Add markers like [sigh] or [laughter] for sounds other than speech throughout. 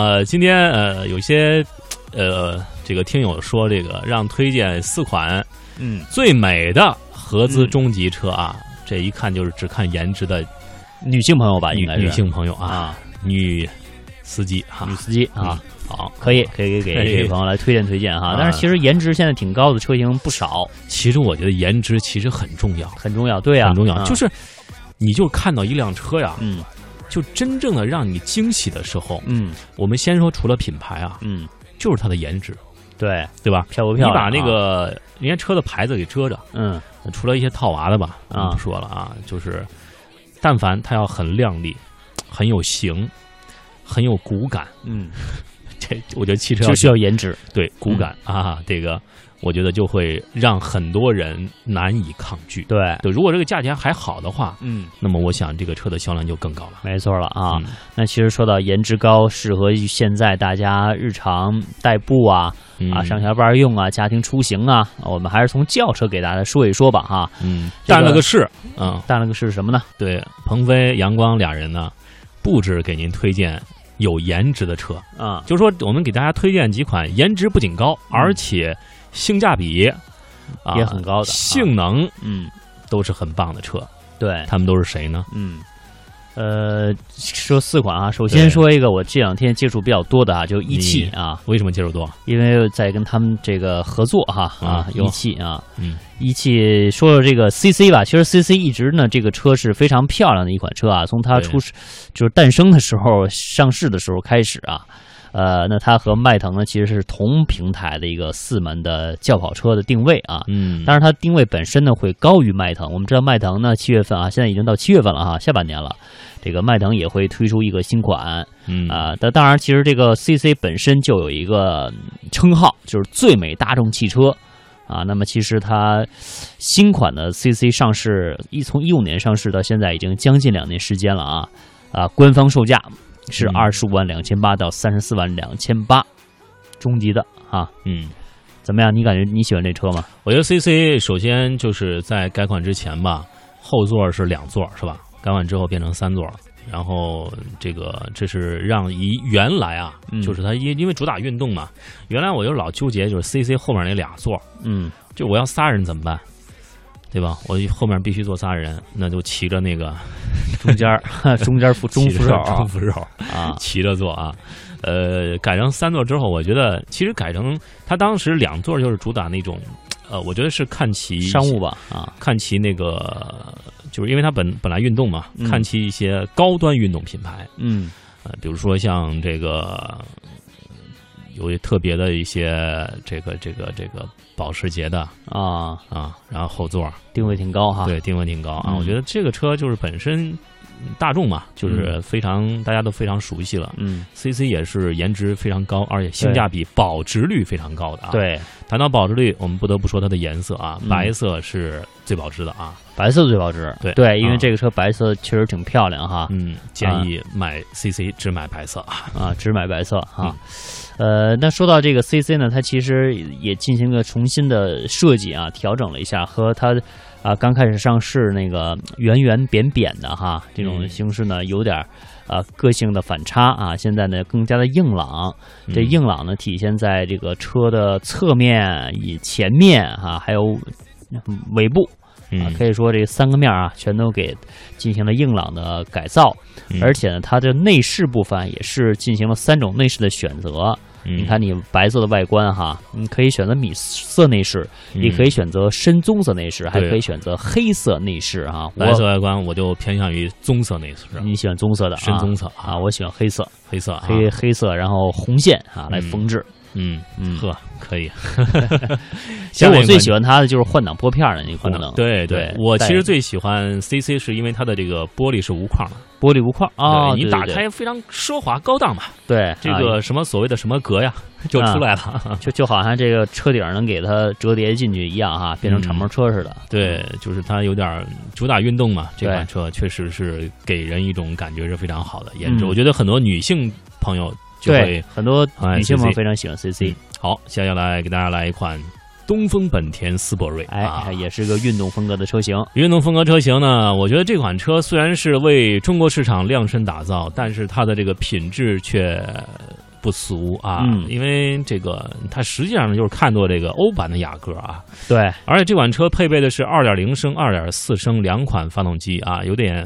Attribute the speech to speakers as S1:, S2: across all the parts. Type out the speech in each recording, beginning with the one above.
S1: 呃，今天呃有些呃这个听友说这个让推荐四款
S2: 嗯
S1: 最美的合资中级车啊，这一看就是只看颜值的，
S2: 女性朋友吧，
S1: 女
S2: 应该是
S1: 女性朋友啊，嗯
S2: 啊，
S1: 女司机哈、
S2: 女司机啊，
S1: 好，
S2: 可以可以给
S1: 哎
S2: 给这位朋友来推荐推荐哈
S1: 啊。
S2: 但是其实颜值现在挺高的车型不少，
S1: 其实我觉得颜值其实很重要，
S2: 很重要，对啊，
S1: 很重要，
S2: 啊
S1: 就是你就看到一辆车呀，
S2: 嗯
S1: 就真正的让你惊喜的时候，
S2: 嗯
S1: 我们先说除了品牌啊，
S2: 嗯，
S1: 就是它的颜值，
S2: 对，
S1: 对吧？
S2: 漂不
S1: 你
S2: 漂亮
S1: 把
S2: 啊？
S1: 那个人家车的牌子给遮着。
S2: 嗯
S1: 除了一些套娃的吧，
S2: 啊
S1: 我不说了啊，就是但凡它要很靓丽、很有型、很有骨感， [laughs]
S2: 嗯，
S1: 这我觉得汽车要
S2: 就需要颜值，
S1: 对骨感、
S2: 嗯
S1: 啊，这个我觉得就会让很多人难以抗拒。
S2: 对，
S1: 对，如果这个价钱还好的话，
S2: 嗯。
S1: 那么我想这个车的销量就更高了
S2: 没错了啊，
S1: 嗯
S2: 那其实说到颜值高，适合于现在大家日常代步啊、
S1: 嗯
S2: 啊上下班用啊、家庭出行啊，我们还是从轿车给大家说一说吧哈。
S1: 嗯，
S2: 这个
S1: 但了个是啊、嗯，
S2: 但那个是什么呢？
S1: 对，鹏飞、阳光俩人呢，不止给您推荐有颜值的车，
S2: 啊，
S1: 就是说我们给大家推荐几款颜值不仅高，而且性价比啊
S2: 也很高的啊
S1: 性能
S2: 嗯，
S1: 都是很棒的车。
S2: 对，
S1: 他们都是谁呢？
S2: 嗯，呃，说四款啊，首
S1: 对嗯
S2: 先说一个我这两天接触比较多的啊，就一汽
S1: 你
S2: 啊，
S1: 为什么接触多？
S2: 因为在跟他们这个合作哈
S1: 啊，
S2: 啊
S1: 哟
S2: 一汽啊，
S1: 嗯
S2: 一汽说说这个 CC 吧，其实 CC 一直呢这个车是非常漂亮的一款车啊，从它
S1: 对
S2: 出世就是诞生的时候上市的时候开始啊。呃，那它和迈腾呢其实是同平台的一个四门的轿跑车的定位啊，
S1: 嗯
S2: 当然，它定位本身呢会高于迈腾。我们知道迈腾呢，七月份啊，现在已经到七月份了哈、下半年了，这个迈腾也会推出一个新款啊。
S1: 嗯
S2: 呃但当然，其实这个 CC 本身就有一个嗯称号，就是最美大众汽车啊。那么其实它新款的 CC 上市一从一五年上市到现在已经将近两年时间了啊啊，官方售价是
S1: 嗯
S2: 二十五万两千八到三十四万两千八，中级的啊。
S1: 嗯，
S2: 怎么样？你感觉你喜欢这车吗？
S1: 我觉得 CC 首先就是在改款之前吧，后座是两座是吧？改款之后变成三座了。然后这个这是让一原来啊，
S2: 嗯
S1: 就是它因因为主打运动嘛，原来我就老纠结就是 CC 后面那俩座，
S2: 嗯
S1: 就我要仨人怎么办？对吧？我后面必须坐仨人，那就骑着那个
S2: 中间儿 [laughs] 中间儿扶 [laughs] 中
S1: 骑着
S2: 扶手
S1: 中
S2: 啊
S1: 扶手
S2: [laughs] 啊，
S1: 骑着坐啊。呃，改成三座之后，我觉得其实改成他当时两座就是主打那种，呃，我觉得是看齐
S2: 商务吧啊，
S1: 看齐那个，就是因为他本本来运动嘛，
S2: 嗯
S1: 看齐一些高端运动品牌，
S2: 嗯
S1: 呃，比如说像这个。有特别的一些这个这个这个保时捷的
S2: 啊，
S1: 啊，然后后座
S2: 定位挺高哈，
S1: 对，定位挺高啊。
S2: 嗯
S1: 我觉得这个车就是本身嗯大众嘛，就是非常、大家都非常熟悉了。
S2: 嗯
S1: CC 也是颜值非常高，而且性价比保值率非常高的啊。，
S2: 对，
S1: 谈到保值率，我们不得不说它的颜色啊，
S2: 嗯
S1: 白色是最保值的啊。
S2: 白色最保值，
S1: 对
S2: 对，因为
S1: 啊
S2: 这个车白色确实挺漂亮哈
S1: 嗯，建议买 CC 只买白色啊。
S2: 啊，只买白色
S1: 嗯
S2: 哈。呃，那说到这个 CC 呢，它其实也进行了重新的设计啊，调整了一下，和它啊刚开始上市那个圆圆扁扁的哈这种
S1: 嗯
S2: 形式呢，有点儿啊个性的反差啊，现在呢更加的硬朗，这
S1: 嗯
S2: 硬朗呢，体现在这个车的侧面、以前面啊，还有嗯尾部啊
S1: 嗯，，
S2: 可以说这三个面啊，全都给进行了硬朗的改造。
S1: 嗯
S2: 而且呢，它的内饰部分也是进行了三种内饰的选择。
S1: 你
S2: 你看，你白色的外观哈，你可以选择米色内饰，也可以选择深棕色内饰，
S1: 嗯
S2: 还
S1: 对啊
S2: 可以选择黑色内饰啊。
S1: 嗯白色
S2: 我
S1: 外观，我就偏向于棕色那色，
S2: 你喜欢棕色的啊，
S1: 深棕色啊，
S2: 啊，我喜欢黑色，
S1: 黑色啊，
S2: 黑黑色，然后红线啊来
S1: 嗯
S2: 缝制。
S1: 嗯，
S2: 嗯，
S1: 呵，可
S2: [laughs]
S1: 以。
S2: 其实我最喜
S1: 欢。
S2: 欢它的就是换挡拨片儿的那
S1: 可
S2: 功
S1: 能
S2: 能，
S1: 对
S2: 对
S1: 我
S2: 带
S1: 其实最喜欢 CC 是因为它的这个玻璃是无框的，
S2: 玻璃无框啊，
S1: 对
S2: 对
S1: 你打
S2: 对
S1: 开非常奢华高档嘛，
S2: 对
S1: 这
S2: 啊
S1: 个什么所谓的什么格呀 [laughs] 就出来了。
S2: 就就好像这个车顶儿能给它折叠进去一样
S1: 嗯
S2: 哈，变成敞篷车似的。
S1: [laughs] 对，就是它有点儿主打运动嘛，这
S2: 对
S1: 款车确实是给人一种感觉是非常好的颜值，
S2: 嗯
S1: 我觉得很多女性朋友就
S2: 对
S1: 会，
S2: 很多
S1: 很爱
S2: 女性朋友
S1: CC
S2: 非常喜欢
S1: 嗯
S2: CC，
S1: 好。接下来给大家来一款东风本田思铂睿，啊
S2: 哎，也是个运动风格的车型。
S1: 运动风格车型呢，我觉得这款车虽然是为中国市场量身打造，但是它的这个品质却不俗啊，
S2: 嗯
S1: 因为这个它实际上就是看作这个欧版的雅阁啊，
S2: 对，
S1: 而且这款车配备的是2.0升、2.4升两款发动机啊，有点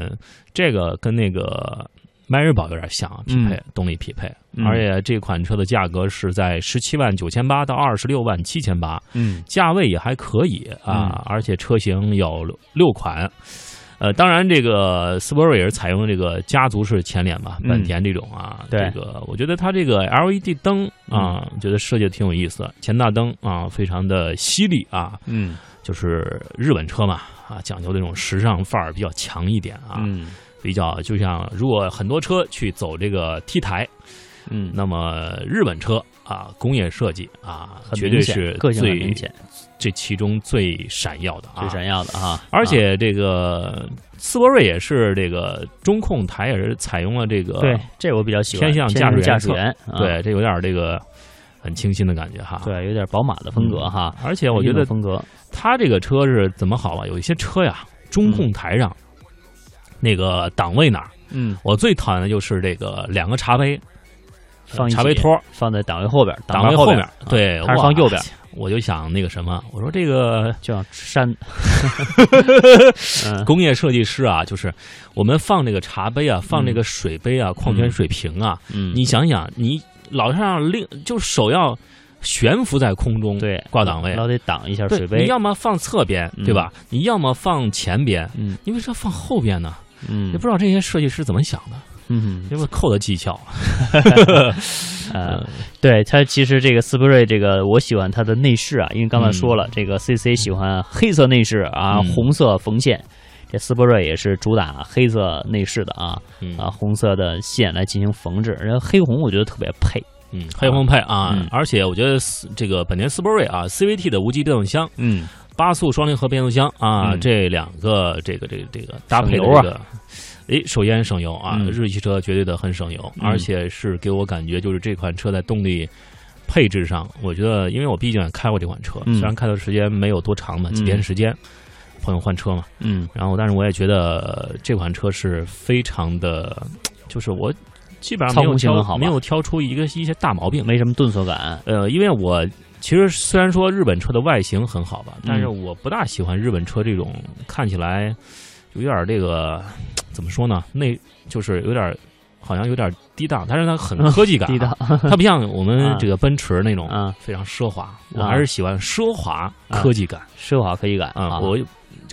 S1: 这个跟那个迈锐宝有点像啊，匹配、动力匹配，
S2: 嗯
S1: 而且这款车的价格是在17万9千八到26万7千八，
S2: 嗯
S1: 价位也还可以啊，而且车型有六六款。呃，当然，这个斯铂瑞也是采用这个家族式前脸吧，
S2: 嗯
S1: 本田这种啊。
S2: 对嗯
S1: 这个我觉得它这个 LED 灯啊，觉得设计的挺有意思，前大灯啊，非常的犀利啊，
S2: 嗯
S1: 就是日本车嘛啊，讲究这种时尚范儿比较强一点啊，
S2: 嗯
S1: 比较就像如果很多车去走这个 T 台，
S2: 嗯，
S1: 那么日本车啊，工业设计啊，
S2: 很
S1: 绝对
S2: 明显
S1: 是
S2: 个性很
S1: 最
S2: 明显，
S1: 这其中最闪耀的啊
S2: 最。闪耀的啊，
S1: 而且这个斯铂瑞也是这个中控台也是采用了这个
S2: 啊对这我比较喜欢，
S1: 呃偏向驾
S2: 驾
S1: 驶员
S2: 驶员，啊
S1: 对这有点这个很清新的感觉哈。，
S2: 对，有点宝马的风格哈，
S1: 而嗯且我觉得
S2: 日本风格，
S1: 它这个车是怎么好啊？有一些车呀，中控台上、那个档位哪儿，
S2: 嗯，
S1: 我最讨厌的就是这个两个茶杯
S2: 放一起
S1: 茶杯托
S2: 放在档位后边，
S1: 档位
S2: 后
S1: 面，，对，
S2: 它是
S1: 哇
S2: 放右边，
S1: 我就想那个什么，我说这个
S2: 就像
S1: [laughs]
S2: 山，嗯
S1: 工业设计师啊，就是我们放这个茶杯啊，放这个水杯啊，矿泉水瓶啊，
S2: 嗯，
S1: 你想想，你老是让另就手要悬浮在空中，
S2: 对
S1: 挂档位
S2: 老得挡一下
S1: 对
S2: 水杯
S1: 你，要么放侧边，
S2: 嗯
S1: 对吧？你要么放前边，
S2: 嗯
S1: 你为什么放后边呢？也
S2: 嗯
S1: 不知道这些设计师怎么想的，
S2: 嗯
S1: 这不是嗯扣的技巧？
S2: 呃，对它其实这个斯铂瑞这个我喜欢它的内饰啊，因为刚才说了，这个 CC 喜欢黑色内饰啊，
S1: 嗯
S2: 红色缝线。这斯铂瑞也是主打黑色内饰的啊
S1: 嗯
S2: 啊，红色的线来进行缝制，然后黑红我觉得特别配，
S1: 嗯，黑红配啊，
S2: 嗯
S1: 而且我觉得斯这个本田斯铂瑞啊，CVT 的无级变速箱。
S2: 嗯
S1: 八速双离合变速箱啊，
S2: 嗯
S1: 这两个这个这个这个搭配的
S2: 省油啊
S1: 这个，诶，首先省油啊，
S2: 嗯
S1: 日系车绝对的很省油，
S2: 嗯
S1: 而且是给我感觉就是这款车在动力配置上，我觉得，因为我毕竟也开过这款车，
S2: 嗯
S1: 虽然开的时间没有多长嘛，
S2: 嗯
S1: 几天时间，朋友换车嘛，
S2: 嗯
S1: 然后但是我也觉得呃这款车是非常的，就是我基本上没
S2: 操
S1: 有
S2: 控性很
S1: 挑
S2: 好吧
S1: 没有挑出一个一些大毛病，
S2: 没什么顿挫感，
S1: 呃，因为我其实虽然说日本车的外形很好吧，但是
S2: 嗯
S1: 我不大喜欢日本车这种看起来有点儿这个怎么说呢？内就是有点儿好像有点儿低档，但是它很科技感、啊
S2: [laughs] 地道，
S1: 它不像我们
S2: 嗯啊
S1: 这个奔驰那种
S2: 啊，
S1: 非常奢华。我还是喜欢奢华
S2: 啊
S1: 科技感
S2: 奢华科技感
S1: 啊、我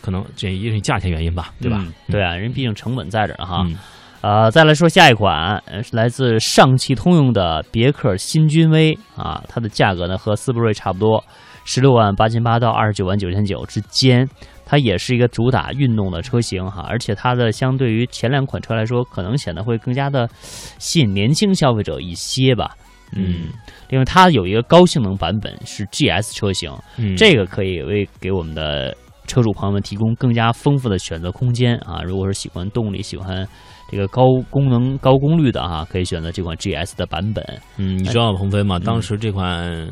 S1: 可能这一是价钱原因吧，对吧？
S2: 嗯对啊，人毕竟成本在这儿哈。
S1: 嗯
S2: 呃，再来说下一款，呃是来自上汽通用的别克新君威啊，它的价格呢和斯铂瑞差不多，十六万八千八到二十九万九千九之间。它也是一个主打运动的车型哈，而且它的相对于前两款车来说，可能显得会更加的吸引年轻消费者一些吧。
S1: 嗯，
S2: 另外它有一个高性能版本是 GS 车型，
S1: 嗯
S2: 这个可以为给我们的车主朋友们提供更加丰富的选择空间啊！如果是喜欢动力、喜欢这个高功能、高功率的啊，可以选择这款 GS 的版本。
S1: 嗯，你知道鹏飞吗？当时这款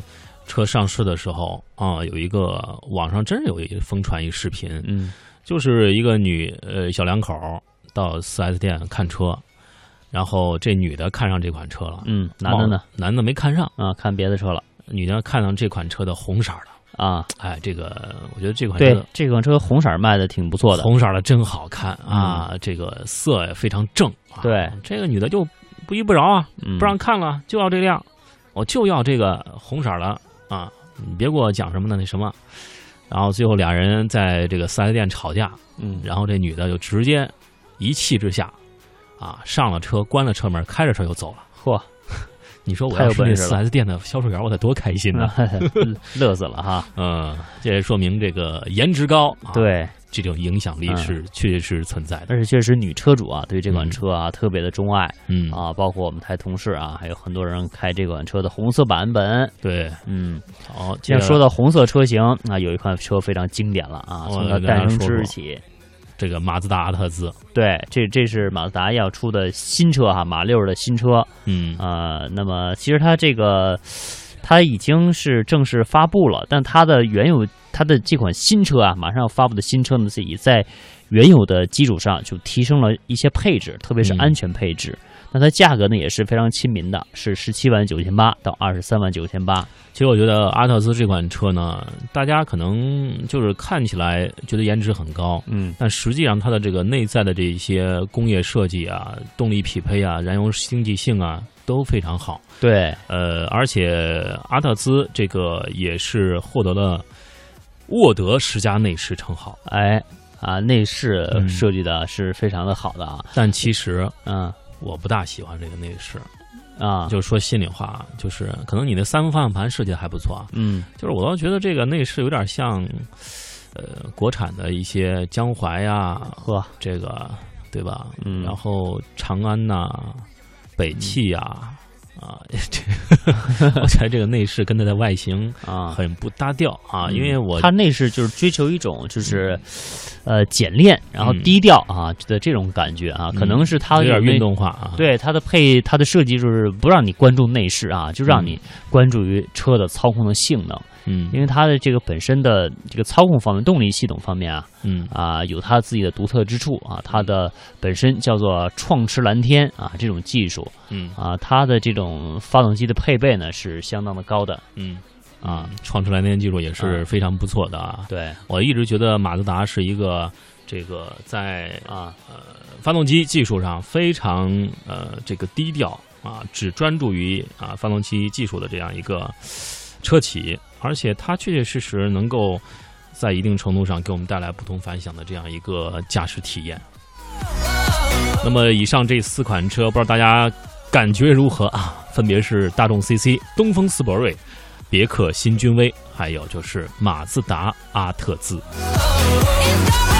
S1: 车上市的时候啊，有一个网上真是有一疯传一视频，
S2: 嗯
S1: 就是一个女呃小两口儿到 4S 店看车，然后这女的看上这款车了，
S2: 嗯，男的呢
S1: 冒？？男的没看上，
S2: 啊，看别的车了
S1: 女的看上这款车的红色儿的，
S2: 啊。
S1: 哎，这个我觉得这款
S2: 对
S1: 车，
S2: 这款车红色儿卖的挺不错的。
S1: 哎红色儿的真好看啊，这个色也非常正、啊，
S2: 对，
S1: 这个女的就不依不饶啊，
S2: 嗯，
S1: 不让看了，就要这辆，我就要这个红色儿的啊！你别给我讲什么的那什么。然后最后俩人在这个四 S 店吵架，
S2: 嗯，
S1: 然后这女的就直接一气之下，啊，上了车，关了车门，开着车就走了。
S2: 嚯，
S1: 你说我
S2: 太
S1: 要
S2: 有
S1: 是那
S2: 本事
S1: 四
S2: 了
S1: S 店的销售员，我得多开心呢！
S2: [laughs] 乐死了哈。
S1: 嗯，这也说明这个颜值高， [laughs] 啊、
S2: 对，
S1: 这种影响力
S2: 嗯
S1: 是确实是存在的。
S2: 而且确实女车主啊，对这款
S1: 嗯
S2: 车啊特别的钟爱
S1: 嗯，
S2: 啊，包括我们台同事啊，还有很多人开这款车的红色版本。
S1: 对，
S2: 嗯，
S1: 好，接
S2: 要
S1: 着
S2: 说到红色车型，啊，有一款车非常经典了啊，
S1: 我
S2: 从它
S1: 跟大家
S2: 诞生
S1: 说
S2: 之日
S1: 过
S2: 起，
S1: 这个马自达阿特兹，
S2: 对，这这是马自达要出的新车哈、马六的新车
S1: 嗯
S2: 啊、呃那么其实它这个它已经是正式发布了，但它的原有它的这款新车啊，马上要发布的新车呢，自己在原有的基础上就提升了一些配置，特别是
S1: 嗯
S2: 安全配置。那它价格呢也是非常亲民的，是十七万九千八到二十三万九千八。
S1: 其实我觉得阿特兹这款车呢，大家可能就是看起来觉得颜值很高，
S2: 嗯，
S1: 但实际上它的这个内在的这一些工业设计啊、动力匹配啊、燃油经济性啊都非常好。
S2: 对，
S1: 呃，而且阿特兹这个也是获得了呃沃德十佳内饰称号。
S2: 哎啊，内饰
S1: 嗯
S2: 设计的是非常的好的啊，
S1: 但其实
S2: 嗯
S1: 我不大喜欢这个内饰，
S2: 啊，
S1: 就说心里话，就是可能你的三方向盘设计的还不错啊，
S2: 嗯
S1: 就是我倒觉得这个内饰有点像，呃，国产的一些江淮呀、
S2: 呵，
S1: 这个对吧？
S2: 嗯
S1: 然后长安呐、北汽呀、啊， [laughs] 这我觉得这个内饰跟它的外形
S2: 啊，
S1: 很不搭调啊，因为我
S2: 它内饰就是追求一种就是，呃，简练，然后
S1: 嗯
S2: 低调啊的这种感觉啊，
S1: 嗯
S2: 可能是它
S1: 有点
S2: 因为
S1: 运。动化啊，
S2: 对它的配，它的设计就是不让你关注内饰啊，就让你关注于车的操控的性能，
S1: 嗯，
S2: 因为它的这个本身的这个操控方面、动力系统方面啊，
S1: 嗯
S2: 啊，有它自己的独特之处啊，它的本身叫做“创驰蓝天”啊，这种技术
S1: 嗯
S2: 啊，它的这种发动机的配备呢是相当的高的，
S1: 嗯啊，创出来那些技术也是非常不错的啊。
S2: 对
S1: 我一直觉得马自达是一个这个在
S2: 啊，
S1: 发动机技术上非常呃这个低调啊，只专注于啊发动机技术的这样一个车企，而且它确确实实能够在一定程度上给我们带来不同凡响的这样一个驾驶体验。那么以上这四款车，不知道大家感觉如何啊？分别是大众 CC、东风斯铂瑞、别克新君威，还有就是马自达阿特兹。
S3: It's going